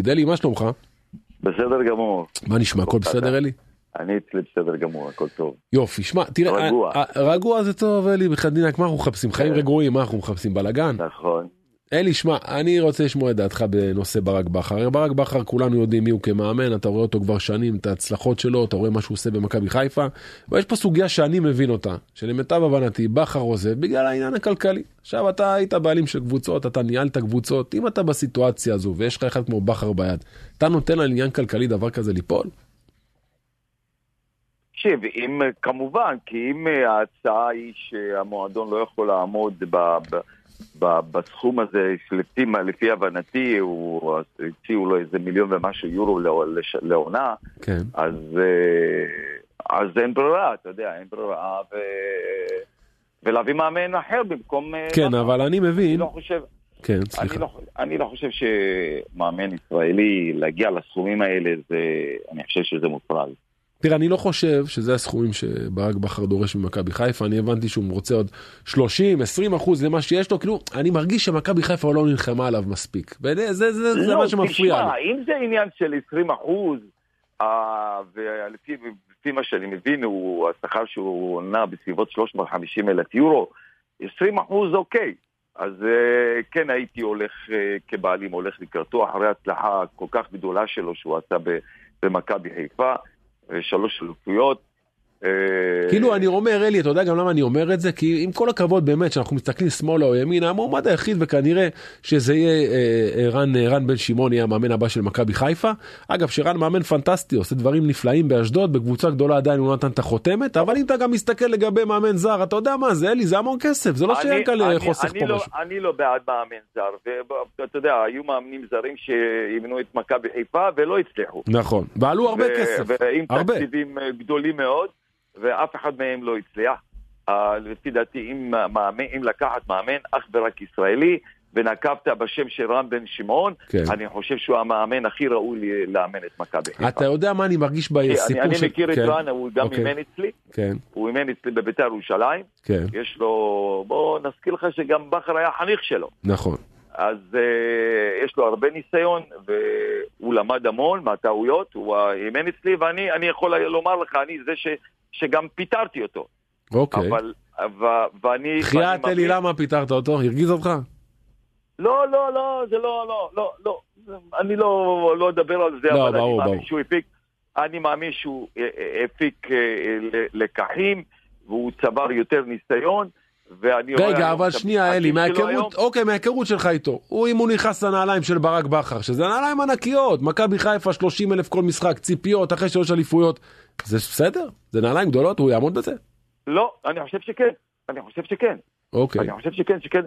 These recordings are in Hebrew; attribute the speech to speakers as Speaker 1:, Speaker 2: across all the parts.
Speaker 1: תדע לי, מה שלומך?
Speaker 2: בסדר גמור.
Speaker 1: מה נשמע, הכל בסדר אלי?
Speaker 2: אני אצלי בסדר גמור, הכל טוב.
Speaker 1: יופי, שמע, תראה,
Speaker 2: רגוע. כן.
Speaker 1: אה, אה, רגוע זה טוב אלי, בחדינת, מה אנחנו מחפשים? חיים רגועים, מה אנחנו מחפשים? בלאגן?
Speaker 2: נכון.
Speaker 1: אלי, שמע, אני רוצה לשמוע את דעתך בנושא ברק בכר. הרי ברק בכר, כולנו יודעים מי הוא כמאמן, אתה רואה אותו כבר שנים, את ההצלחות שלו, אתה רואה מה שהוא עושה במכבי חיפה. אבל יש פה סוגיה שאני מבין אותה, שלמיטב הבנתי, בכר עוזב בגלל העניין הכלכלי. עכשיו, אתה היית בעלים של קבוצות, אתה ניהלת קבוצות, אם אתה בסיטואציה הזו ויש לך אחד כמו בכר ביד, אתה נותן על עניין כלכלי דבר כזה ליפול?
Speaker 2: תקשיב, אם כמובן, כי אם אה, ההצעה היא שהמועדון לא יכול לעמוד ב, ב, ב, בסכום הזה, לפי, מה- לפי הבנתי, הוא הציעו לו איזה מיליון ומשהו יורו לא- לש- לעונה,
Speaker 1: כן.
Speaker 2: אז, אה, אז אין ברירה, אתה יודע, אין ברירה, ו, ולהביא מאמן אחר במקום... אה,
Speaker 1: כן,
Speaker 2: בכר.
Speaker 1: אבל אני
Speaker 2: אני
Speaker 1: מבין...
Speaker 2: לא חושב,
Speaker 1: כן,
Speaker 2: אני
Speaker 1: סליחה.
Speaker 2: לא, אני לא חושב שמאמן ישראלי, להגיע לסכומים האלה, זה, אני חושב שזה מופרז.
Speaker 1: תראה, אני לא חושב שזה הסכומים שברק בכר דורש ממכבי חיפה, אני הבנתי שהוא רוצה עוד 30, 20 אחוז למה שיש לו, כאילו, אני מרגיש שמכבי חיפה לא נלחמה עליו מספיק. וזה זה, זה, זה
Speaker 2: לא,
Speaker 1: מה שמפריע
Speaker 2: תשמע,
Speaker 1: לי.
Speaker 2: אם זה עניין של 20 אחוז, אה, ולפי לפי מה שאני מבין, הוא, השכר שהוא נע בסביבות 350 אלף יורו, 20 אחוז אוקיי. אז אה, כן הייתי הולך, אה, כבעלים הולך לקראתו, אחרי ההצלחה הכל כך גדולה שלו שהוא עשה ב- במכבי חיפה, אה, שלוש אלופויות. אה,
Speaker 1: כאילו, אני אומר, אלי, אתה יודע גם למה אני אומר את זה? כי עם כל הכבוד, באמת, שאנחנו מסתכלים שמאלה או ימינה, המועמד היחיד, וכנראה שזה יהיה אה, אה, רן, אה, רן בן שמעון, יהיה המאמן הבא של מכבי חיפה. אגב, שרן מאמן פנטסטי, עושה דברים נפלאים באשדוד, בקבוצה גדולה עדיין הוא נתן את החותמת, אבל אם אתה גם מסתכל לגבי מאמן זר, אתה יודע מה זה, אלי, זה המון כסף, זה לא
Speaker 2: אני-
Speaker 1: שיהיה כאן
Speaker 2: אני-
Speaker 1: אה, חוסך
Speaker 2: אני
Speaker 1: פה
Speaker 2: לא-
Speaker 1: משהו.
Speaker 2: אני לא בעד מאמן זר, ואתה יודע, היו מאמנים זרים שאימנו את מכבי חיפה ולא הצליחו.
Speaker 1: נכון, ועלו הרבה
Speaker 2: ו-
Speaker 1: כסף,
Speaker 2: ועם
Speaker 1: הרבה.
Speaker 2: תקציבים אה, גדולים מאוד, ואף אחד מהם לא הצליח. אה, לפי דעתי, אם, מאמן, אם לקחת מאמן אך ורק ישראלי, ונקבת בשם של רם בן שמעון,
Speaker 1: כן.
Speaker 2: אני חושב שהוא המאמן הכי ראוי ל- לאמן את מכבי חיפה.
Speaker 1: אתה יודע מה אני מרגיש
Speaker 2: אני-
Speaker 1: בסיפור
Speaker 2: אני
Speaker 1: של...
Speaker 2: מכיר את
Speaker 1: כן,
Speaker 2: רן, הוא גם
Speaker 1: אוקיי.
Speaker 2: אימן אצלי,
Speaker 1: כן,
Speaker 2: הוא אימן אצלי בביתר ירושלים.
Speaker 1: כן,
Speaker 2: יש לו, בוא נזכיר לך שגם בכר היה חניך שלו.
Speaker 1: נכון.
Speaker 2: אז uh, יש לו הרבה ניסיון, והוא למד המון מהטעויות, הוא האימן אצלי, ואני אני יכול לומר לך, אני זה ש, שגם פיטרתי אותו.
Speaker 1: אוקיי.
Speaker 2: אבל, ו, ואני...
Speaker 1: חייאת
Speaker 2: ואני
Speaker 1: אלי,
Speaker 2: מאמין-
Speaker 1: למה פיטרת אותו? הרגיז אותך?
Speaker 2: לא, לא, לא, זה לא, לא, לא, לא. אני לא, לא אדבר על זה,
Speaker 1: לא,
Speaker 2: אבל
Speaker 1: ברור,
Speaker 2: אני מאמין
Speaker 1: ברור.
Speaker 2: שהוא הפיק, אני מאמין שהוא אה, אה, הפיק אה, אה, ל- לקחים, והוא צבר יותר ניסיון, ואני רואה...
Speaker 1: רגע,
Speaker 2: לא היום
Speaker 1: אבל
Speaker 2: את
Speaker 1: שנייה, אלי,
Speaker 2: המשחקים שלו כאילו היום.
Speaker 1: מההיכרות, אוקיי, מההיכרות שלך איתו. הוא, אם הוא נכנס לנעליים של ברק בכר, שזה נעליים ענקיות, מכבי חיפה 30 אלף כל משחק, ציפיות, אחרי שלוש אליפויות, זה בסדר? זה נעליים גדולות, הוא יעמוד בזה?
Speaker 2: לא, אני חושב שכן. אני חושב שכן.
Speaker 1: אוקיי,
Speaker 2: אני חושב שכן, שכן.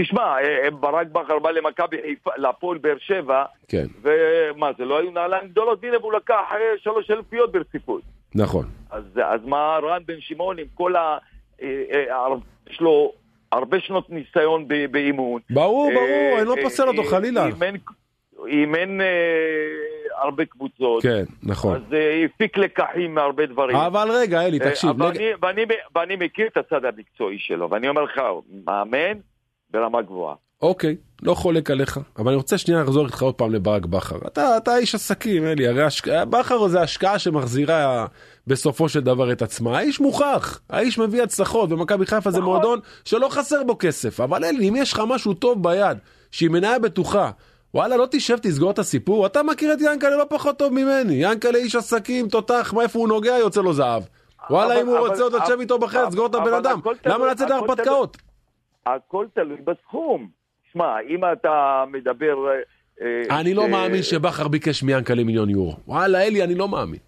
Speaker 2: תשמע, אה, ברק בכר בא למכבי חיפה, להפועל באר שבע,
Speaker 1: כן,
Speaker 2: ומה, זה לא היו נעליים גדולות? הנה, והוא לקח אה, שלוש אלפיות ברציפות.
Speaker 1: נכון.
Speaker 2: אז, אז מה רן בן שמעון עם כל ה... אה, אה, הר- יש לו הרבה שנות ניסיון ב- באימון.
Speaker 1: ברור, ברור,
Speaker 2: אה,
Speaker 1: אני לא
Speaker 2: אה,
Speaker 1: פוסל אותו
Speaker 2: אה,
Speaker 1: חלילה.
Speaker 2: אימן- אימן אה, הרבה קבוצות.
Speaker 1: כן, נכון.
Speaker 2: אז אה, הפיק לקחים מהרבה דברים.
Speaker 1: אבל רגע, אלי, תקשיב,
Speaker 2: אה, אבל
Speaker 1: רגע-
Speaker 2: אני- ואני, ואני מכיר את הצד המקצועי שלו, ואני אומר לך, מאמן ברמה גבוהה.
Speaker 1: אוקיי, לא חולק עליך, אבל אני רוצה שנייה לחזור איתך עוד פעם לברק בכר. אתה, אתה איש עסקים, אלי, הרי השק... בכר זה השקעה שמחזירה בסופו של דבר את עצמה. האיש מוכח, האיש מביא הצלחות, ומכבי חיפה זה
Speaker 2: נכון.
Speaker 1: מועדון שלא חסר בו כסף. אבל אלי, אם יש לך משהו טוב ביד, שהיא מניה בטוחה, וואלה, לא תשב, תסגור את הסיפור. אתה מכיר את ינקלה לא פחות טוב ממני. ינקלה איש עסקים, תותח, מאיפה הוא נוגע, יוצא לו זהב. וואלה,
Speaker 2: אבל-
Speaker 1: אם הוא
Speaker 2: אבל-
Speaker 1: רוצה עוד תשב
Speaker 2: אבל-
Speaker 1: איתו בחדר, תסגור את הבן
Speaker 2: אבל
Speaker 1: אדם.
Speaker 2: הכל תלוי-
Speaker 1: למה לצאת
Speaker 2: הכל
Speaker 1: להרפתקאות?
Speaker 2: הכל תלוי בסכום. שמע, אם אתה מדבר... אה,
Speaker 1: אני לא
Speaker 2: ש-
Speaker 1: מאמין שבכר ביקש מיאנקל'ה מיליון יורו. וואלה, אלי, אני לא מאמין.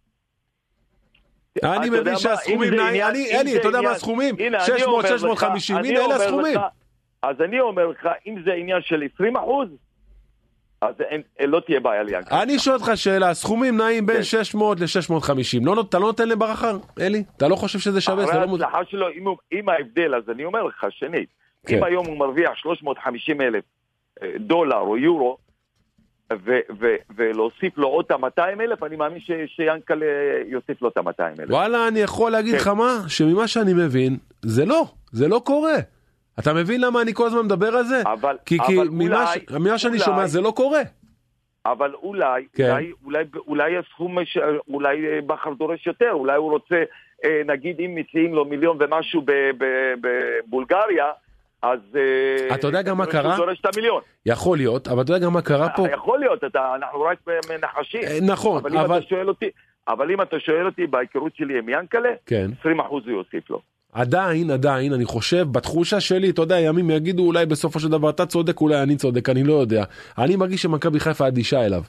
Speaker 2: אה, אתה
Speaker 1: אני
Speaker 2: יודע
Speaker 1: מבין
Speaker 2: מה,
Speaker 1: שהסכומים
Speaker 2: אם זה
Speaker 1: נעים-
Speaker 2: עניין-
Speaker 1: אני-
Speaker 2: אם
Speaker 1: אלי,
Speaker 2: זה
Speaker 1: אתה יודע מה
Speaker 2: עניין-
Speaker 1: הסכומים?
Speaker 2: הנה, אני
Speaker 1: 600,
Speaker 2: אומר לך,
Speaker 1: 650,
Speaker 2: אני
Speaker 1: הנה, אלה
Speaker 2: אומר לך,
Speaker 1: הסכומים.
Speaker 2: אז אני אומר לך, אם זה עניין של 20 אחוז, אז אין- לא תהיה בעיה לי.
Speaker 1: אני שואל אותך שאלה, הסכומים נעים בין
Speaker 2: כן.
Speaker 1: 600 ל-650. לא נות- אתה לא נותן לבכר, אלי? אתה לא חושב שזה שווה? זה
Speaker 2: אחרי
Speaker 1: לא מוזר.
Speaker 2: ההצלחה שלו, אם, הוא- אם ההבדל, אז אני אומר לך, שנית,
Speaker 1: כן.
Speaker 2: אם היום הוא מרוויח 350 אלף אה, דולר או יורו, ו- ו- ולהוסיף לו עוד את ה-200 אלף, אני מאמין ש- שיאנקל'ה יוסיף לו את ה-200 אלף.
Speaker 1: וואלה, אני יכול להגיד
Speaker 2: כן.
Speaker 1: לך מה? שממה שאני מבין, זה לא, זה לא קורה. אתה מבין למה אני כל הזמן מדבר על זה?
Speaker 2: אבל-
Speaker 1: כי כי
Speaker 2: אבל
Speaker 1: ממה ש-
Speaker 2: אולי-
Speaker 1: ממה שאני
Speaker 2: אולי-
Speaker 1: שומע זה לא קורה.
Speaker 2: אבל אולי,
Speaker 1: כן.
Speaker 2: כן. אולי, אולי, אולי הסכום, ש... אולי אה, בכר דורש יותר, אולי הוא רוצה, אה, נגיד אם מציעים לו מיליון ומשהו ב- ב- בבולגריה, אז... אה,
Speaker 1: אתה יודע גם מה
Speaker 2: הוא דורש-
Speaker 1: קרה?
Speaker 2: הוא דורש את המיליון.
Speaker 1: יכול להיות, אבל אתה יודע גם מה קרה פה?
Speaker 2: אה, יכול להיות, אתה, אנחנו רק מנחשים.
Speaker 1: אה, נכון,
Speaker 2: אבל אם
Speaker 1: אבל...
Speaker 2: אתה שואל אותי, אבל אם אתה שואל אותי בהיכרות שלי עם ינקלה,
Speaker 1: כן.
Speaker 2: 20% הוא יוסיף לו.
Speaker 1: עדיין, עדיין, אני חושב, בתחושה שלי, אתה יודע, ימים יגידו אולי בסופו של דבר אתה צודק, אולי אני צודק, אני לא יודע. אני מרגיש שמכבי חיפה אדישה אליו.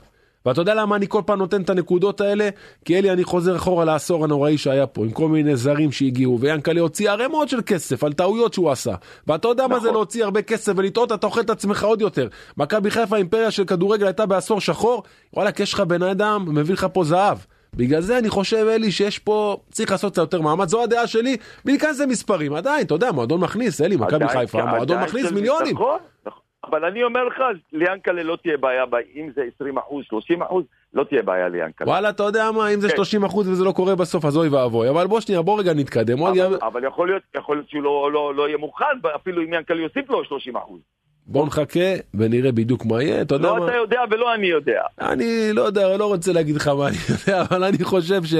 Speaker 1: ואתה יודע למה אני כל פעם נותן את הנקודות האלה? כי אלי, אני חוזר אחורה לעשור הנוראי שהיה פה, עם כל מיני זרים שהגיעו, ויאנקל'ה הוציא ערימות של כסף על טעויות שהוא עשה. ואתה יודע מה
Speaker 2: נכון.
Speaker 1: זה להוציא הרבה כסף ולטעות, אתה אוכל את עצמך עוד יותר. מכבי חיפה, אימפריה של כדורגל הייתה בעשור שחור, וואלכ, יש לך בן אדם, מביא לך פה זהב. בגלל זה אני חושב, אלי, שיש פה, צריך לעשות קצת יותר מאמץ, זו הדעה שלי, מכאן זה מספרים, עדיין, אתה יודע, מועדון מכניס, אלי, מכבי
Speaker 2: עדיין-
Speaker 1: חיפה, מועדון
Speaker 2: עדיין
Speaker 1: מכניס
Speaker 2: של
Speaker 1: מיליונים.
Speaker 2: נכון, נכון. אבל אני אומר לך, ליאנקלה לא תהיה בעיה, ב- אם זה 20%, 30%, לא תהיה בעיה ליאנקלה.
Speaker 1: וואלה, אתה יודע מה, אם זה
Speaker 2: כן.
Speaker 1: 30 אחוז וזה לא קורה בסוף, אז אוי ואבוי. אבל בוא שנייה, בוא רגע נתקדם. עוד ימ-
Speaker 2: אבל, לא- אבל יכול להיות, יכול להיות שהוא לא, לא, לא יהיה מוכן, אפילו אם ינקלה יוסיף לו 30%.
Speaker 1: בוא נחכה ונראה בדיוק מה יהיה, אתה יודע
Speaker 2: לא
Speaker 1: מה.
Speaker 2: אתה יודע ולא אני יודע.
Speaker 1: אני לא יודע, לא רוצה להגיד לך מה אני יודע, אבל אני חושב ש...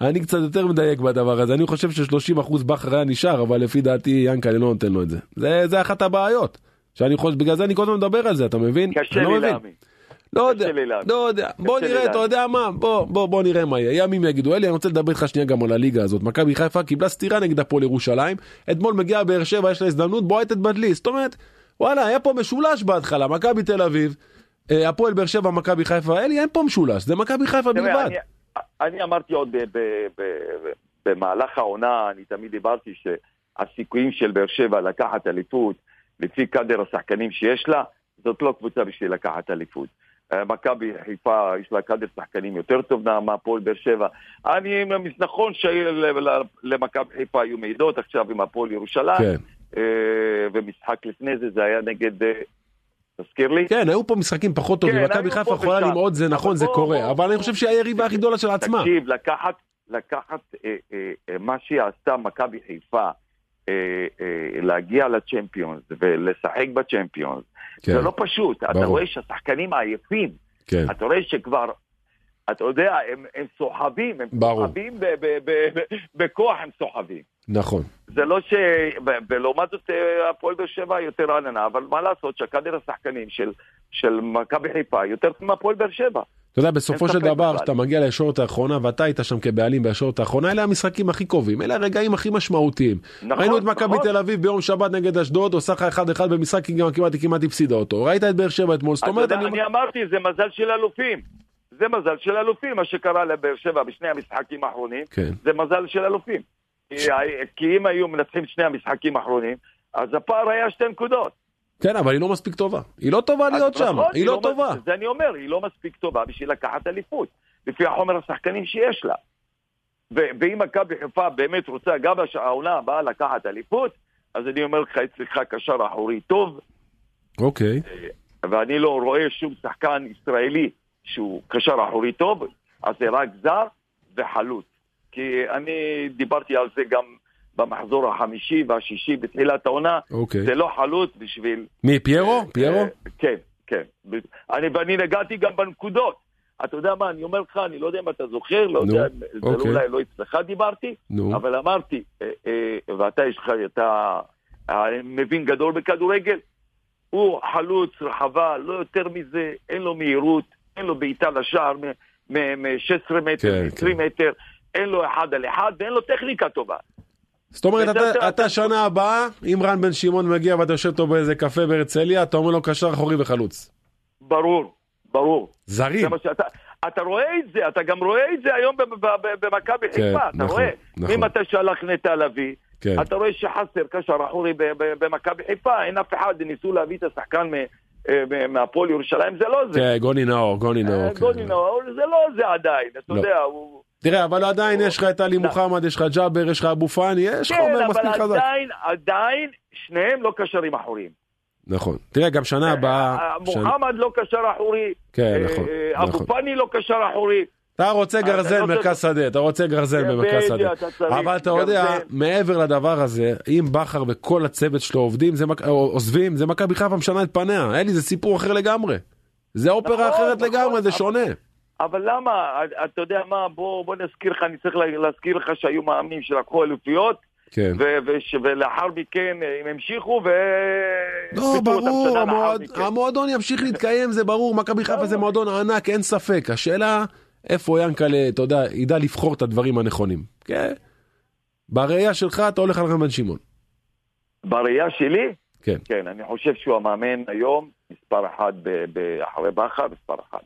Speaker 1: אני קצת יותר מדייק בדבר הזה. אני חושב ש-30% בכר היה נשאר, אבל לפי דעתי ינקלה לא נותן לו את זה. זה, זה אחת הבעיות. שאני חושב, בגלל זה אני כל הזמן מדבר על זה, אתה מבין?
Speaker 2: קשה
Speaker 1: אני לא
Speaker 2: לי
Speaker 1: מבין.
Speaker 2: להאמין.
Speaker 1: לא יודע,
Speaker 2: לי להאמין.
Speaker 1: לא יודע, בוא
Speaker 2: לי
Speaker 1: נראה, אתה
Speaker 2: להאמין.
Speaker 1: יודע מה, בוא, בוא, בוא נראה מה יהיה, ימים יגידו, אלי, אני רוצה לדבר איתך שנייה גם על הליגה הזאת, מכבי חיפה קיבלה סטירה נגד הפועל ירושלים, אתמול מגיעה באר שבע, יש לה הזדמנות, בועטת בדלי, זאת אומרת, וואלה, היה פה משולש בהתחלה, מכבי תל אביב, אה, הפועל באר שבע, מכבי חיפה, אלי, אין פה משולש, זה מכבי חיפה
Speaker 2: תראה,
Speaker 1: בלבד,
Speaker 2: אני, אני אמרתי עוד ב- ב- ב- במהלך העונה, אני תמיד דיברתי שהסיכויים של באר שבע לקחת אליפות, לפי קאדר השחקנים שיש לה, זאת לא קבוצה בשביל לקחת אליפות. אה, מכבי חיפה, יש לה קאדר שחקנים יותר טוב מה- מהפועל באר שבע. אני, נכון שלמכבי חיפה היו מעידות עכשיו עם הפועל ירושלים,
Speaker 1: כן,
Speaker 2: אה, ומשחק לפני זה, זה היה נגד, אה, תזכיר לי?
Speaker 1: כן, היו פה משחקים פחות טובים,
Speaker 2: כן,
Speaker 1: מכבי
Speaker 2: היו
Speaker 1: חיפה
Speaker 2: פה
Speaker 1: יכולה
Speaker 2: ושם.
Speaker 1: למעוד, זה
Speaker 2: אבל
Speaker 1: נכון, זה
Speaker 2: בוא,
Speaker 1: קורה,
Speaker 2: בוא,
Speaker 1: אבל אני
Speaker 2: בוא.
Speaker 1: חושב שהיא היריבה הכי גדולה של עצמה,
Speaker 2: תקשיב, לקחת, לקחת אה, אה, אה, מה שעשתה מכבי חיפה, אה, אה, להגיע לצ'מפיונס ולשחק בצ'מפיונס,
Speaker 1: כן,
Speaker 2: זה לא פשוט. אתה
Speaker 1: ברור.
Speaker 2: רואה שהשחקנים עייפים,
Speaker 1: כן,
Speaker 2: אתה רואה שכבר, אתה יודע, הם הם סוחבים, הם
Speaker 1: ברור.
Speaker 2: סוחבים ב- ב- ב- ב- בכוח הם סוחבים.
Speaker 1: נכון,
Speaker 2: זה לא ש... ב- ולעומת זאת אה, הפועל באר שבע יותר עננה, אבל מה לעשות שהקאדר השחקנים של... של מכבי חיפה יותר טוב מהפועל באר שבע.
Speaker 1: אתה יודע, בסופו
Speaker 2: אין
Speaker 1: של
Speaker 2: ספק
Speaker 1: דבר,
Speaker 2: בכלל.
Speaker 1: כשאתה מגיע לישורת האחרונה, ואתה היית שם כבעלים בישורת האחרונה, אלה המשחקים הכי קרובים, אלה הרגעים הכי משמעותיים.
Speaker 2: נכון,
Speaker 1: ראינו את מכבי
Speaker 2: נכון.
Speaker 1: תל אביב ביום שבת נגד אשדוד, עושה לך 1-1 במשחק, היא גם כמעט, היא כמעט הפסידה אותו. ראית את באר שבע אתמול, זאת
Speaker 2: אתה
Speaker 1: אומרת,
Speaker 2: יודע,
Speaker 1: אני...
Speaker 2: אני אמרתי, זה מזל של אלופים. זה מזל של אלופים, מה שקרה לבאר שבע בשני המשחקים האחרונים,
Speaker 1: כן,
Speaker 2: זה מזל של אלופים. כי ה- כי אם היו מנצחים שני המשחקים האחרונים, אז הפער היה שתי נקודות.
Speaker 1: כן, אבל היא לא מספיק טובה. היא לא טובה להיות
Speaker 2: אז
Speaker 1: שם,
Speaker 2: נכון,
Speaker 1: היא לא
Speaker 2: מס-
Speaker 1: טובה.
Speaker 2: זה אני אומר, היא לא מספיק טובה בשביל לקחת אליפות, לפי החומר השחקנים שיש לה. ו- ואם מכבי חיפה באמת רוצה גם הש- העונה הבאה לקחת אליפות, אז אני אומר לך, היא צריכה קשר אחורי טוב,
Speaker 1: אוקיי,
Speaker 2: ואני לא רואה שום שחקן ישראלי שהוא קשר אחורי טוב, אז זה רק זר וחלוץ. כי אני דיברתי על זה גם במחזור החמישי והשישי בתחילת העונה,
Speaker 1: אוקיי.
Speaker 2: זה לא חלוץ בשביל...
Speaker 1: מי, פיירו? פיירו?
Speaker 2: אה, כן, כן. ב- אני, ואני נגעתי גם בנקודות. אתה יודע מה, אני אומר לך, אני לא יודע אם אתה זוכר, לא
Speaker 1: נו,
Speaker 2: יודע, אם- זה לא-
Speaker 1: אוקיי.
Speaker 2: אולי לא אצלך דיברתי,
Speaker 1: נו,
Speaker 2: אבל אמרתי, אה, אה, ואתה יש לך, אתה אה, מבין גדול בכדורגל, הוא חלוץ רחבה, לא יותר מזה, אין לו מהירות, אין לו בעיטה לשער מ-16 מטר,
Speaker 1: כן,
Speaker 2: מ-20 מטר, אין לו אחד על אחד ואין לו טכניקה טובה.
Speaker 1: זאת אומרת,
Speaker 2: וזה-
Speaker 1: אתה-
Speaker 2: זה-
Speaker 1: אתה שנה הבאה, אם רן בן שמעון מגיע ואתה יושב איתו באיזה קפה בהרצליה, אתה אומר לו קשר אחורי וחלוץ.
Speaker 2: ברור, ברור.
Speaker 1: זרים.
Speaker 2: זה מה שאתה... אתה רואה את זה, אתה גם רואה את זה היום ב- ב- ב- במכבי
Speaker 1: כן,
Speaker 2: חיפה, אתה
Speaker 1: נכון,
Speaker 2: רואה.
Speaker 1: נכון.
Speaker 2: אם אתה שלח נטע לביא,
Speaker 1: כן,
Speaker 2: אתה רואה שחסר קשר אחורי ב- ב- במכבי חיפה, אין אף אחד, ניסו להביא את השחקן מ- אה, מ- מהפועל ירושלים, זה לא זה.
Speaker 1: כן, גוני נאור, גוני
Speaker 2: אה,
Speaker 1: נאור. כן.
Speaker 2: גוני נאור, זה לא זה עדיין, אתה
Speaker 1: לא.
Speaker 2: יודע, הוא...
Speaker 1: תראה, אבל עדיין יש לך את עלי
Speaker 2: לא.
Speaker 1: מוחמד, יש לך ג'אבר, יש לך אבו פאני, יש לך
Speaker 2: כן,
Speaker 1: אומר
Speaker 2: אבל
Speaker 1: מספיק חזק.
Speaker 2: עדיין, עדיין, שניהם לא קשרים אחוריים.
Speaker 1: נכון. תראה, גם שנה הבאה...
Speaker 2: אה,
Speaker 1: שנה-
Speaker 2: מוחמד לא קשר אחורי,
Speaker 1: כן,
Speaker 2: אה,
Speaker 1: נכון,
Speaker 2: אה,
Speaker 1: נכון.
Speaker 2: אבו פאני לא קשר אחורי.
Speaker 1: אתה רוצה
Speaker 2: אתה
Speaker 1: גרזן
Speaker 2: לא צריך-
Speaker 1: מרכז שדה, אתה רוצה גרזן במרכז
Speaker 2: בדיוק,
Speaker 1: שדה.
Speaker 2: אתה צריך
Speaker 1: אבל אתה
Speaker 2: גם
Speaker 1: יודע,
Speaker 2: זה.
Speaker 1: מעבר לדבר הזה, אם בכר וכל הצוות שלו עובדים, זה מק- או- עוזבים, זה מכבי חיפה משנה את פניה. אלי, זה סיפור אחר לגמרי. זה אופרה
Speaker 2: נכון,
Speaker 1: אחרת
Speaker 2: נכון,
Speaker 1: לגמרי, זה
Speaker 2: אבל-
Speaker 1: שונה.
Speaker 2: אבל למה, אה, אתה יודע מה, בוא, בוא נזכיר לך, אני צריך להזכיר לך שהיו מאמנים שלקחו אליפויות,
Speaker 1: כן.
Speaker 2: ו- וש- ולאחר מכן אה, הם המשיכו ו...
Speaker 1: לא,
Speaker 2: פיטרו אותם
Speaker 1: ברור,
Speaker 2: שנה לאחר
Speaker 1: המועד,
Speaker 2: מכן.
Speaker 1: המועדון ימשיך להתקיים, זה ברור, מכבי חיפה זה מועדון ענק, אין ספק. השאלה, איפה ינקלה, אתה יודע, ידע לבחור את הדברים הנכונים. כן? בראייה שלך אתה הולך על רמן שמעון.
Speaker 2: בראייה שלי,
Speaker 1: כן.
Speaker 2: כן, אני חושב שהוא המאמן היום, מספר אחת ב- ב- אחרי בכר, מספר אחת.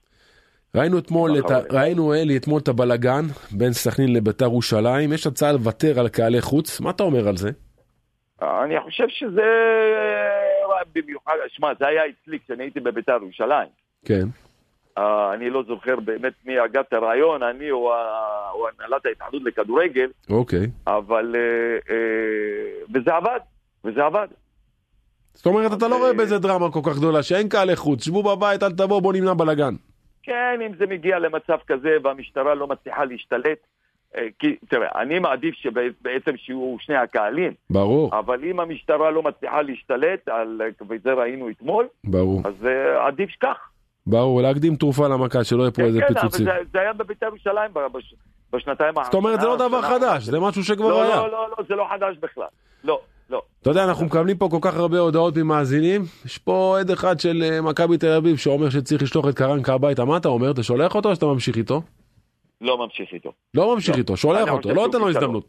Speaker 1: ראינו אתמול, את ה...
Speaker 2: בחברים.
Speaker 1: ראינו אלי אתמול את הבלגן בין סכנין לביתר ירושלים, יש הצעה לוותר על קהלי חוץ, מה אתה אומר על זה?
Speaker 2: אני חושב שזה אה, במיוחד, שמע, זה היה אצלי כשאני הייתי בביתר ירושלים.
Speaker 1: כן.
Speaker 2: אה, אני לא זוכר באמת מי הגה את הרעיון, אני או ה- או הנהלת ההתאחדות לכדורגל,
Speaker 1: אוקיי.
Speaker 2: אבל... אה, אה, וזה עבד, וזה עבד.
Speaker 1: זאת אומרת, אתה לא
Speaker 2: אה,
Speaker 1: רואה בזה דרמה כל כך גדולה, שאין קהלי חוץ, שבו בבית, אל תבוא, בוא נמנע בלאגן.
Speaker 2: כן, אם זה מגיע למצב כזה והמשטרה לא מצליחה להשתלט, אה, כי תראה, אני מעדיף שבעצם שיהיו שני הקהלים,
Speaker 1: ברור,
Speaker 2: אבל אם המשטרה לא מצליחה להשתלט, על, וזה ראינו אתמול,
Speaker 1: ברור,
Speaker 2: אז אה, עדיף שכך.
Speaker 1: ברור, להקדים תרופה למכה, שלא יהיה פה איזה
Speaker 2: כן, כן, אבל
Speaker 1: פיצוצים.
Speaker 2: זה, זה היה בביתר ירושלים בש, בשנתיים האחרונות.
Speaker 1: זאת אומרת, זה לא דבר חדש, זה משהו שכבר
Speaker 2: לא,
Speaker 1: היה.
Speaker 2: לא, לא, לא, זה לא חדש בכלל. לא, לא.
Speaker 1: אתה יודע, אנחנו מקבלים פה כל כך הרבה הודעות ממאזינים, יש פה אוהד אחד של אה, מכבי תל אביב שאומר שצריך לשלוח את קרנקה הביתה, מה אתה אומר? אתה שולח אותו או שאתה ממשיך איתו?
Speaker 2: לא ממשיך איתו.
Speaker 1: לא ממשיך
Speaker 2: לא.
Speaker 1: איתו, שולח
Speaker 2: אני
Speaker 1: אותו,
Speaker 2: חושב
Speaker 1: לא
Speaker 2: שהוא
Speaker 1: נותן לו
Speaker 2: כישלון.
Speaker 1: הזדמנות.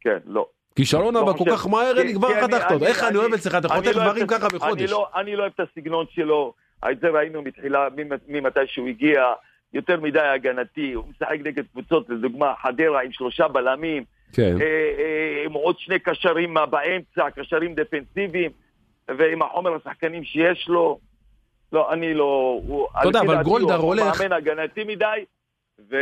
Speaker 2: כן, לא.
Speaker 1: כישלון
Speaker 2: לא
Speaker 1: הבא כל
Speaker 2: חושב.
Speaker 1: כך מהר,
Speaker 2: כי-
Speaker 1: אני כבר
Speaker 2: כי אני-
Speaker 1: חתכת אותו.
Speaker 2: אני-
Speaker 1: איך אני אוהב אצלך, אתה
Speaker 2: אני
Speaker 1: חותך
Speaker 2: לא אוהב
Speaker 1: דברים
Speaker 2: את-
Speaker 1: ככה
Speaker 2: אני
Speaker 1: בחודש.
Speaker 2: לא, אני לא אוהב את הסגנון שלו, את זה ראינו מתחילה, ממ- ממתי שהוא הגיע, יותר מדי הגנתי, הוא משחק נגד קבוצות, לדוגמה חדרה עם שלושה בלמים,
Speaker 1: כן,
Speaker 2: אה, אה, עם עוד שני קשרים מה- באמצע, קשרים דפנסיביים, ועם החומר השחקנים שיש לו. לא, אני לא... הוא-
Speaker 1: אתה יודע,
Speaker 2: לפי
Speaker 1: אבל
Speaker 2: דעתי
Speaker 1: גולדהר
Speaker 2: הוא
Speaker 1: הולך-
Speaker 2: מאמן הגנתי מדי, ו...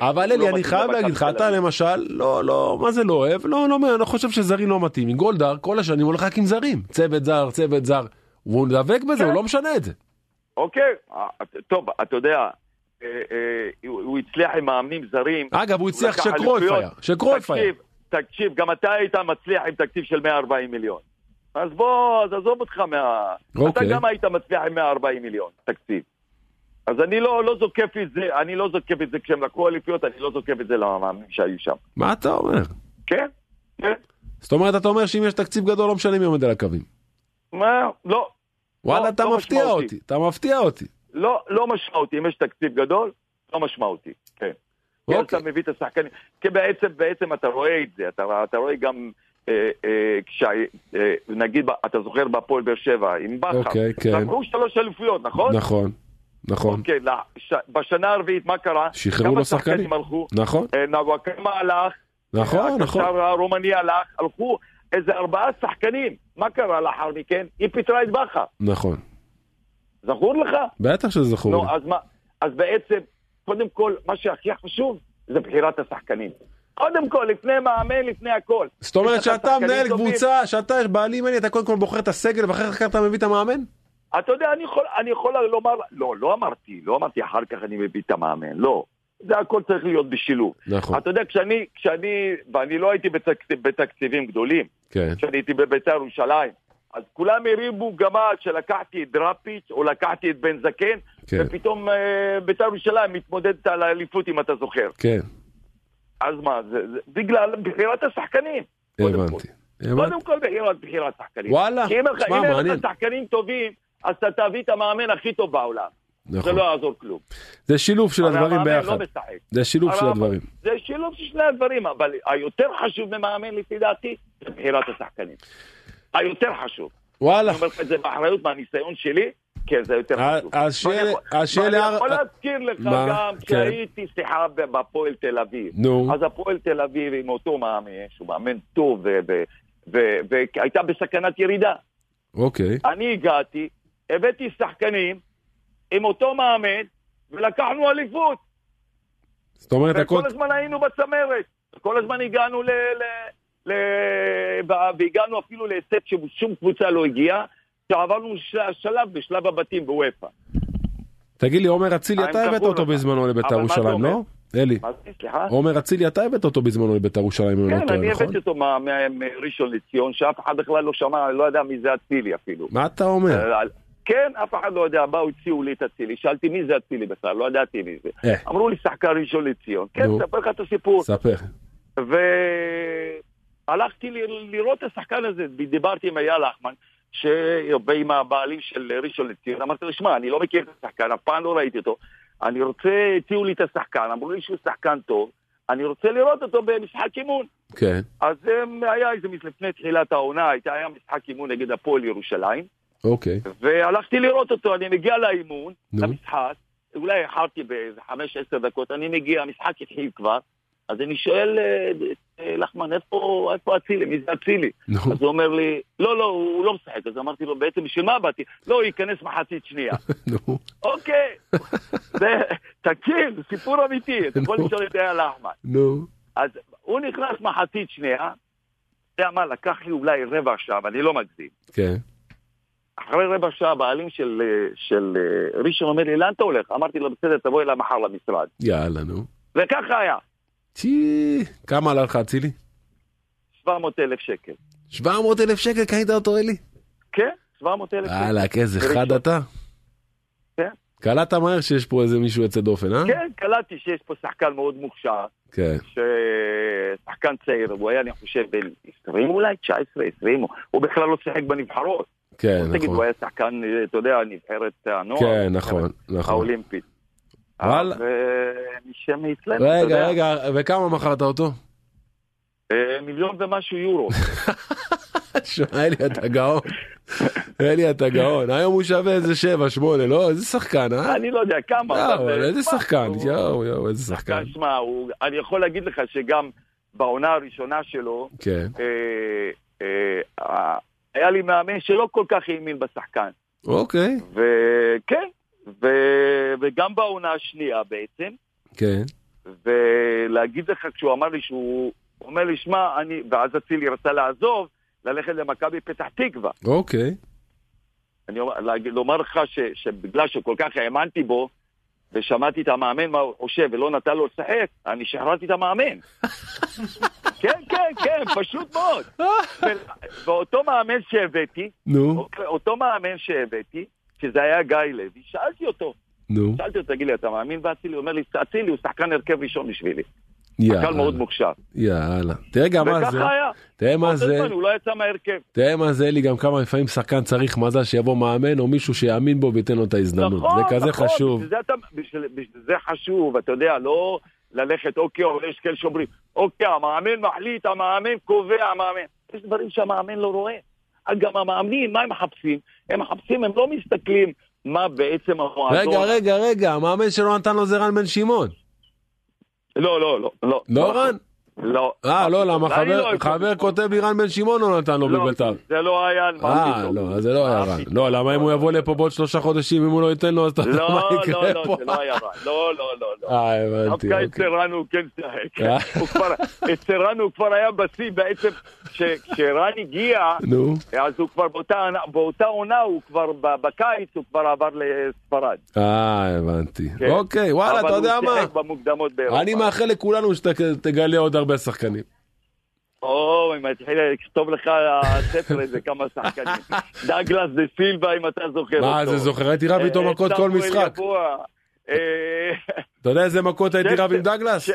Speaker 1: אבל
Speaker 2: הוא לא
Speaker 1: אלי, אני
Speaker 2: מתאים
Speaker 1: חייב
Speaker 2: למכבי
Speaker 1: להגיד לך,
Speaker 2: תל
Speaker 1: אתה
Speaker 2: אביב.
Speaker 1: למשל, לא, לא, מה זה לא אוהב? לא, לא, אני לא חושב שזרים לא מתאים. גולדהר כל השנים הולך רק עם זרים. צוות זר, צוות זר. והוא דבק בזה,
Speaker 2: כן.
Speaker 1: הוא לא משנה את זה.
Speaker 2: אוקיי, אה, טוב, אתה יודע, אה, אה, הוא הוא הצליח עם מאמנים זרים.
Speaker 1: אגב, הוא הצליח
Speaker 2: לקח
Speaker 1: שקרויף
Speaker 2: אליפויות.
Speaker 1: היה. שקרויף היה.
Speaker 2: תקשיב, תקשיב, גם אתה היית מצליח עם תקציב של 140 מיליון. אז בוא, אז עזוב אותך מה... אתה
Speaker 1: אוקיי.
Speaker 2: גם היית מצליח עם 140 מיליון תקציב. אז אני לא, לא זוקף את זה, אני לא זוקף את זה כשהם לקחו אליפיות, אני לא זוקף את זה למאמנים שהיו שם.
Speaker 1: מה אתה אומר?
Speaker 2: כן? כן?
Speaker 1: זאת אומרת, אתה אומר שאם יש תקציב גדול, לא משנה מי עומד על הקווים.
Speaker 2: מה? לא,
Speaker 1: וואלה, אתה
Speaker 2: לא
Speaker 1: מפתיע
Speaker 2: משמעותי.
Speaker 1: אותי. אתה מפתיע אותי.
Speaker 2: לא, לא משמעותי. אם יש תקציב גדול, לא משמעותי. כן. כי אז
Speaker 1: אוקיי.
Speaker 2: אתה מביא את השחקנים, כי בעצם, בעצם אתה רואה את זה, אתה, אתה רואה גם, אה, אה, כשה, אה, נגיד, ב- אתה זוכר בהפועל באר שבע, עם בכר,
Speaker 1: אוקיי, כן.
Speaker 2: לקחו שלוש אליפויות, נכון?
Speaker 1: נכון, נכון,
Speaker 2: אוקיי, לא, ש, בשנה הרביעית, מה קרה?
Speaker 1: שחררו
Speaker 2: כמה
Speaker 1: לו שחקנים.
Speaker 2: הלכו?
Speaker 1: נכון,
Speaker 2: אה, נוואקמה הלך,
Speaker 1: נכון, נכון.
Speaker 2: הקשר הרומני הלך, הלכו איזה ארבעה שחקנים, מה קרה לאחר מכן? היא פיטרה את בכר,
Speaker 1: נכון.
Speaker 2: זכור לך?
Speaker 1: בטח שזה זכור לי.
Speaker 2: נו, לא, אז מה, אז בעצם, קודם כל, מה שהכי חשוב זה בחירת השחקנים. קודם כל, לפני מאמן, לפני הכל.
Speaker 1: זאת אומרת
Speaker 2: יש לך
Speaker 1: שאתה
Speaker 2: שחקנים
Speaker 1: מנהל
Speaker 2: טובים.
Speaker 1: קבוצה, שאתה בעלים, אלי, אתה קודם כל בוחר את הסגל ואחר כך אתה מביא את המאמן?
Speaker 2: אתה יודע, אני יכול, אני יכול לומר, לא, לא אמרתי, לא אמרתי אחר כך אני מביא את המאמן, לא. זה הכל צריך להיות בשילוב.
Speaker 1: נכון,
Speaker 2: אתה יודע, כשאני, כשאני, ואני לא הייתי בתקציב, בתקציבים גדולים,
Speaker 1: כן.
Speaker 2: כשאני הייתי בביתר ירושלים, אז כולם הרימו גמל שלקחתי את דראפיץ' או לקחתי את בן זקן,
Speaker 1: כן.
Speaker 2: ופתאום אה, ביתר ירושלים מתמודדת על האליפות, אם אתה זוכר.
Speaker 1: כן,
Speaker 2: אז מה, זה, זה בגלל בחירת השחקנים. קודם
Speaker 1: הבנתי.
Speaker 2: כל.
Speaker 1: הבנתי.
Speaker 2: קודם כל בחירת, בחירת שחקנים.
Speaker 1: וואלה,
Speaker 2: כי אם אין לך-
Speaker 1: תשמע,
Speaker 2: אם אין
Speaker 1: מעניין.
Speaker 2: לך שחקנים טובים, אז אתה תביא את המאמן הכי טוב בעולם. זה
Speaker 1: נכון.
Speaker 2: לא יעזור כלום.
Speaker 1: זה שילוב של
Speaker 2: הרי
Speaker 1: הדברים
Speaker 2: המאמן
Speaker 1: ביחד.
Speaker 2: לא משחק.
Speaker 1: זה שילוב של
Speaker 2: אבל-
Speaker 1: הדברים.
Speaker 2: זה שילוב של שני הדברים, אבל היותר חשוב ממאמן לפי דעתי, זה בחירת השחקנים. היותר חשוב.
Speaker 1: וואלה.
Speaker 2: אני אומר לך את זה באחריות מהניסיון שלי, כן, זה יותר
Speaker 1: אז-
Speaker 2: חשוב.
Speaker 1: אז אה, שיהיה-
Speaker 2: ואני יכול-
Speaker 1: אז שיהיה
Speaker 2: ואני
Speaker 1: להר-
Speaker 2: יכול להזכיר לך
Speaker 1: אה, מה?
Speaker 2: גם,
Speaker 1: כן.
Speaker 2: כשהייתי, סליחה, בהפועל תל אביב.
Speaker 1: נו,
Speaker 2: אז הפועל תל אביב עם אותו מאמן, שהוא מאמן טוב, ו- ו- ו- והייתה בסכנת ירידה.
Speaker 1: אוקיי.
Speaker 2: אני הגעתי, הבאתי שחקנים עם אותו מאמן, ולקחנו אליפות.
Speaker 1: זאת אומרת, הכל...
Speaker 2: וכל הזמן היינו בצמרת. כל הזמן הגענו ל... ל... ל... ב- והגענו אפילו להישג ששום קבוצה לא הגיעה, שעברנו של- שלב בשלב הבתים בוופא.
Speaker 1: תגיד לי, עומר אצילי,
Speaker 2: הם
Speaker 1: אתה הבאת
Speaker 2: קבעו
Speaker 1: אותו
Speaker 2: לך.
Speaker 1: בזמנו לביתר
Speaker 2: אבל מה זה
Speaker 1: ירושלים, לא?
Speaker 2: אומר?
Speaker 1: אלי.
Speaker 2: מה זה, סליחה?
Speaker 1: עומר אצילי, אתה הבאת אותו בזמנו לביתר ירושלים, אם אני לא
Speaker 2: כן,
Speaker 1: טועה,
Speaker 2: אני
Speaker 1: נכון?
Speaker 2: הבאתי אותו מה- מה- מראשון לציון, שאף אחד בכלל לא שמע, לא יודע מי זה אצילי אפילו.
Speaker 1: מה אתה אומר?
Speaker 2: אה, כן, אף אחד לא יודע, באו, הציעו לי את אצילי, שאלתי מי זה אצילי בכלל, לא ידעתי מי זה.
Speaker 1: אה,
Speaker 2: אמרו לי, שחקן ראשון לציון. כן,
Speaker 1: נו.
Speaker 2: ספר לך את הסיפור.
Speaker 1: ספר.
Speaker 2: והלכתי ל- לראות את השחקן הזה, דיברתי עם אייל אחמן, ש... ועם הבעלים של ראשון לציון, אמרתי לו, שמע, אני לא מכיר את השחקן, אף פעם לא ראיתי אותו, אני רוצה, הציעו לי את השחקן, אמרו לי שהוא שחקן טוב, אני רוצה לראות אותו במשחק אימון.
Speaker 1: כן,
Speaker 2: אז הם, היה איזה, מס- לפני תחילת העונה, הייתה- היה משחק אימון נגד הפועל ירושלים,
Speaker 1: אוקיי.
Speaker 2: והלכתי לראות אותו, אני מגיע לאימון,
Speaker 1: נו.
Speaker 2: למשחק, אולי איחרתי באיזה חמש, עשר דקות, אני מגיע, המשחק התחיל כבר, אז אני שואל, אה, אה, לחמן, איפה איפה אצילי? מי זה אצילי?
Speaker 1: נו,
Speaker 2: אז הוא אומר לי, לא, לא, הוא לא משחק. אז אמרתי לו, בעצם בשביל מה באתי? לא, הוא ייכנס מחצית שנייה.
Speaker 1: נו.
Speaker 2: אוקיי. זה, תקשיב, זה סיפור אמיתי, אתה יכול
Speaker 1: נו.
Speaker 2: לשאול את אייל לחמן.
Speaker 1: נו.
Speaker 2: אז הוא נכנס מחצית שנייה, אתה יודע מה, לקח לי אולי רבע שעה, ואני לא מגזים.
Speaker 1: כן.
Speaker 2: אחרי רבע שעה הבעלים של, אה, של אה, ראשון אומר לי, לאן אתה הולך? אמרתי לו, בסדר, תבוא אליי מחר למשרד.
Speaker 1: יאללה, נו.
Speaker 2: וככה היה,
Speaker 1: צ'י, כמה עלה לך אצילי?
Speaker 2: 700 אלף שקל.
Speaker 1: 700 אלף שקל קנית אותו, אלי?
Speaker 2: כן, 700 אלף שקל.
Speaker 1: וואלכ, איזה חד אתה.
Speaker 2: כן.
Speaker 1: קלעת מהר שיש פה איזה מישהו יוצא דופן, אה?
Speaker 2: כן, קלטתי שיש פה שחקן מאוד מוכשר,
Speaker 1: כן.
Speaker 2: ששחקן צעיר, הוא היה, אני חושב, בן 20 אולי, 19, 20, הוא בכלל לא שיחק בנבחרות.
Speaker 1: כן,
Speaker 2: תגיד,
Speaker 1: נכון.
Speaker 2: הוא היה שחקן, אה, אתה יודע, נבחרת הנוער.
Speaker 1: כן, נכון, נכון.
Speaker 2: האולימפית.
Speaker 1: וואלה.
Speaker 2: אבל אה, משם אצלנו, אתה
Speaker 1: רגע,
Speaker 2: יודע.
Speaker 1: רגע, וכמה מכרת אותו?
Speaker 2: אה, מיליון ומשהו יורו.
Speaker 1: שמע, אלי, אתה גאון. אלי, אתה גאון. היום הוא שווה איזה 7, 8, לא? איזה שחקן, אה?
Speaker 2: אני לא יודע כמה.
Speaker 1: יואו,
Speaker 2: אבל,
Speaker 1: איזה
Speaker 2: אה,
Speaker 1: שחקן, כן.
Speaker 2: הוא-
Speaker 1: יואו, יואו, איזה שחקן.
Speaker 2: שמע, הוא- אני יכול להגיד לך שגם בעונה הראשונה שלו,
Speaker 1: כן,
Speaker 2: אה, אה, אה, היה לי מאמן שלא כל כך האמין בשחקן.
Speaker 1: אוקיי,
Speaker 2: וכן, ו- וגם בעונה השנייה בעצם,
Speaker 1: כן.
Speaker 2: ולהגיד לך, כשהוא אמר לי שהוא, הוא אומר לי, שמע, אני, ואז אצילי רצה לעזוב, ללכת למכבי פתח תקווה.
Speaker 1: אוקיי,
Speaker 2: אני אומר, להגיד- לומר לך ש, שבגלל שכל כך האמנתי בו, ושמעתי את המאמן מה הוא חושב ולא נתן לו לשחק, אני שחררתי את המאמן. כן, כן, כן, פשוט מאוד. ו- ואותו מאמן שהבאתי,
Speaker 1: נו,
Speaker 2: אוקיי, אותו מאמן שהבאתי, שזה היה גיא לוי, שאלתי אותו,
Speaker 1: נו,
Speaker 2: שאלתי אותו, תגיד לי, אתה מאמין באצילי? הוא אומר לי, אצילי הוא שחקן הרכב ראשון בשבילי. קהל
Speaker 1: יאללה,
Speaker 2: מאוד מוכשר.
Speaker 1: יאללה. תראה גם מה זה,
Speaker 2: וככה היה.
Speaker 1: תראה מה
Speaker 2: באותו
Speaker 1: זה,
Speaker 2: זמן הוא לא יצא מההרכב.
Speaker 1: תראה מה זה, אלי, גם כמה לפעמים שחקן צריך מזל שיבוא מאמן או מישהו שיאמין בו וייתן לו את ההזדמנות.
Speaker 2: נכון,
Speaker 1: לא, זה כזה
Speaker 2: נכון,
Speaker 1: חשוב.
Speaker 2: בשביל זה, אתה, בשביל, בשביל זה חשוב, אתה יודע, לא ללכת, אוקיי, או יש כאלה שאומרים, אוקיי, המאמן מחליט, המאמן קובע, המאמן. יש דברים שהמאמן לא רואה. גם המאמנים, מה הם מחפשים? הם מחפשים, הם לא מסתכלים מה לא? בעצם המועדון.
Speaker 1: רגע, רגע, רגע, המאמן שלא נתן לו זה רן בן שמעון.
Speaker 2: לא, לא, לא. לא,
Speaker 1: לא רן?
Speaker 2: לא.
Speaker 1: אה, לא, למה
Speaker 2: אני
Speaker 1: חבר-
Speaker 2: לא אוהב
Speaker 1: חבר כותב לי רן בן שמעון לא נתן לו
Speaker 2: לא,
Speaker 1: בביתר.
Speaker 2: זה לא היה,
Speaker 1: אה,
Speaker 2: אמרתי לו.
Speaker 1: לא, אז זה לא היה רן.
Speaker 2: אמרתי לו.
Speaker 1: לא, למה אם הוא יבוא לפה בעוד שלושה חודשים, אם הוא לא ייתן לו, אז אתה יודע
Speaker 2: לא,
Speaker 1: מה
Speaker 2: לא,
Speaker 1: יקרה
Speaker 2: לא,
Speaker 1: פה?
Speaker 2: זה לא היה רע. לא, לא, לא, לא.
Speaker 1: אה, הבנתי, אוקיי.
Speaker 2: דווקא אצל רן הוא כן
Speaker 1: אה.
Speaker 2: שיחק. הוא כבר- אצל רן הוא כבר היה בשיא בעצם, כש- כשרן הגיע,
Speaker 1: נו,
Speaker 2: אז הוא כבר באותה עונה- באותה עונה, הוא כבר ב- בקיץ, הוא כבר עבר לספרד.
Speaker 1: אה, הבנתי.
Speaker 2: כן.
Speaker 1: אוקיי, וואלה, אתה יודע
Speaker 2: אבל הוא
Speaker 1: מה?
Speaker 2: שיחק במוקדמות באירופה.
Speaker 1: אני מאחל לכולנו שתגלה עוד הרבה שחקנים.
Speaker 2: או, אם התחיל לכתוב לך הספר איזה כמה שחקנים. דאגלס דה סילבה, אם אתה זוכר אותו.
Speaker 1: מה, זה זוכר? הייתי רב איתו
Speaker 2: כן, אה,
Speaker 1: מכות כל
Speaker 2: סמואל
Speaker 1: משחק.
Speaker 2: יבוע. אה,
Speaker 1: אתה יודע איזה מכות הייתי רב עם דגלס?
Speaker 2: ש-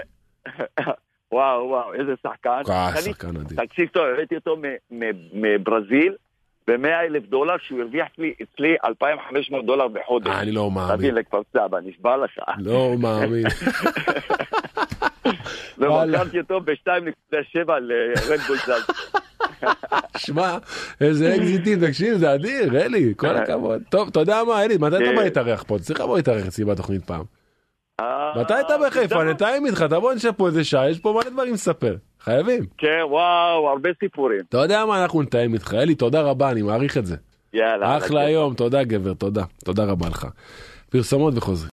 Speaker 2: וואו, וואו, איזה שחקן.
Speaker 1: אה,
Speaker 2: אני-
Speaker 1: שחקן אדיר.
Speaker 2: תקשיב טוב, הבאתי אותו מ- מ- מברזיל ב-100 אלף דולר, שהוא הרוויח לי- אצלי 2,500 דולר בחודש.
Speaker 1: אה, אני לא מאמין.
Speaker 2: תבין לכפר סבא, נשבע לך.
Speaker 1: לא מאמין. וואלה.
Speaker 2: ומכרתי לא, אותו ב-2.7 לרדבול זלצבורג.
Speaker 1: שמע, איזה אקזיטים, תקשיב, זה אדיר, אלי, כל הכבוד. טוב, אתה יודע מה, אלי, מתי אתה
Speaker 2: כן.
Speaker 1: בא להתארח פה? צריך לבוא להתארח אצלי בתוכנית פעם.
Speaker 2: אה,
Speaker 1: מתי אתה בחיפה?
Speaker 2: בסדר.
Speaker 1: נתאם איתך, תבוא נשב פה איזה שעה, יש פה מלא דברים לספר. חייבים.
Speaker 2: כן, וואו, הרבה סיפורים.
Speaker 1: אתה יודע מה, אנחנו נתאם איתך. אלי, תודה רבה, אני מעריך את זה.
Speaker 2: יאללה. כן.
Speaker 1: אחלה יום, תודה גבר, תודה. תודה רבה לך. פרסומות וחוזרים.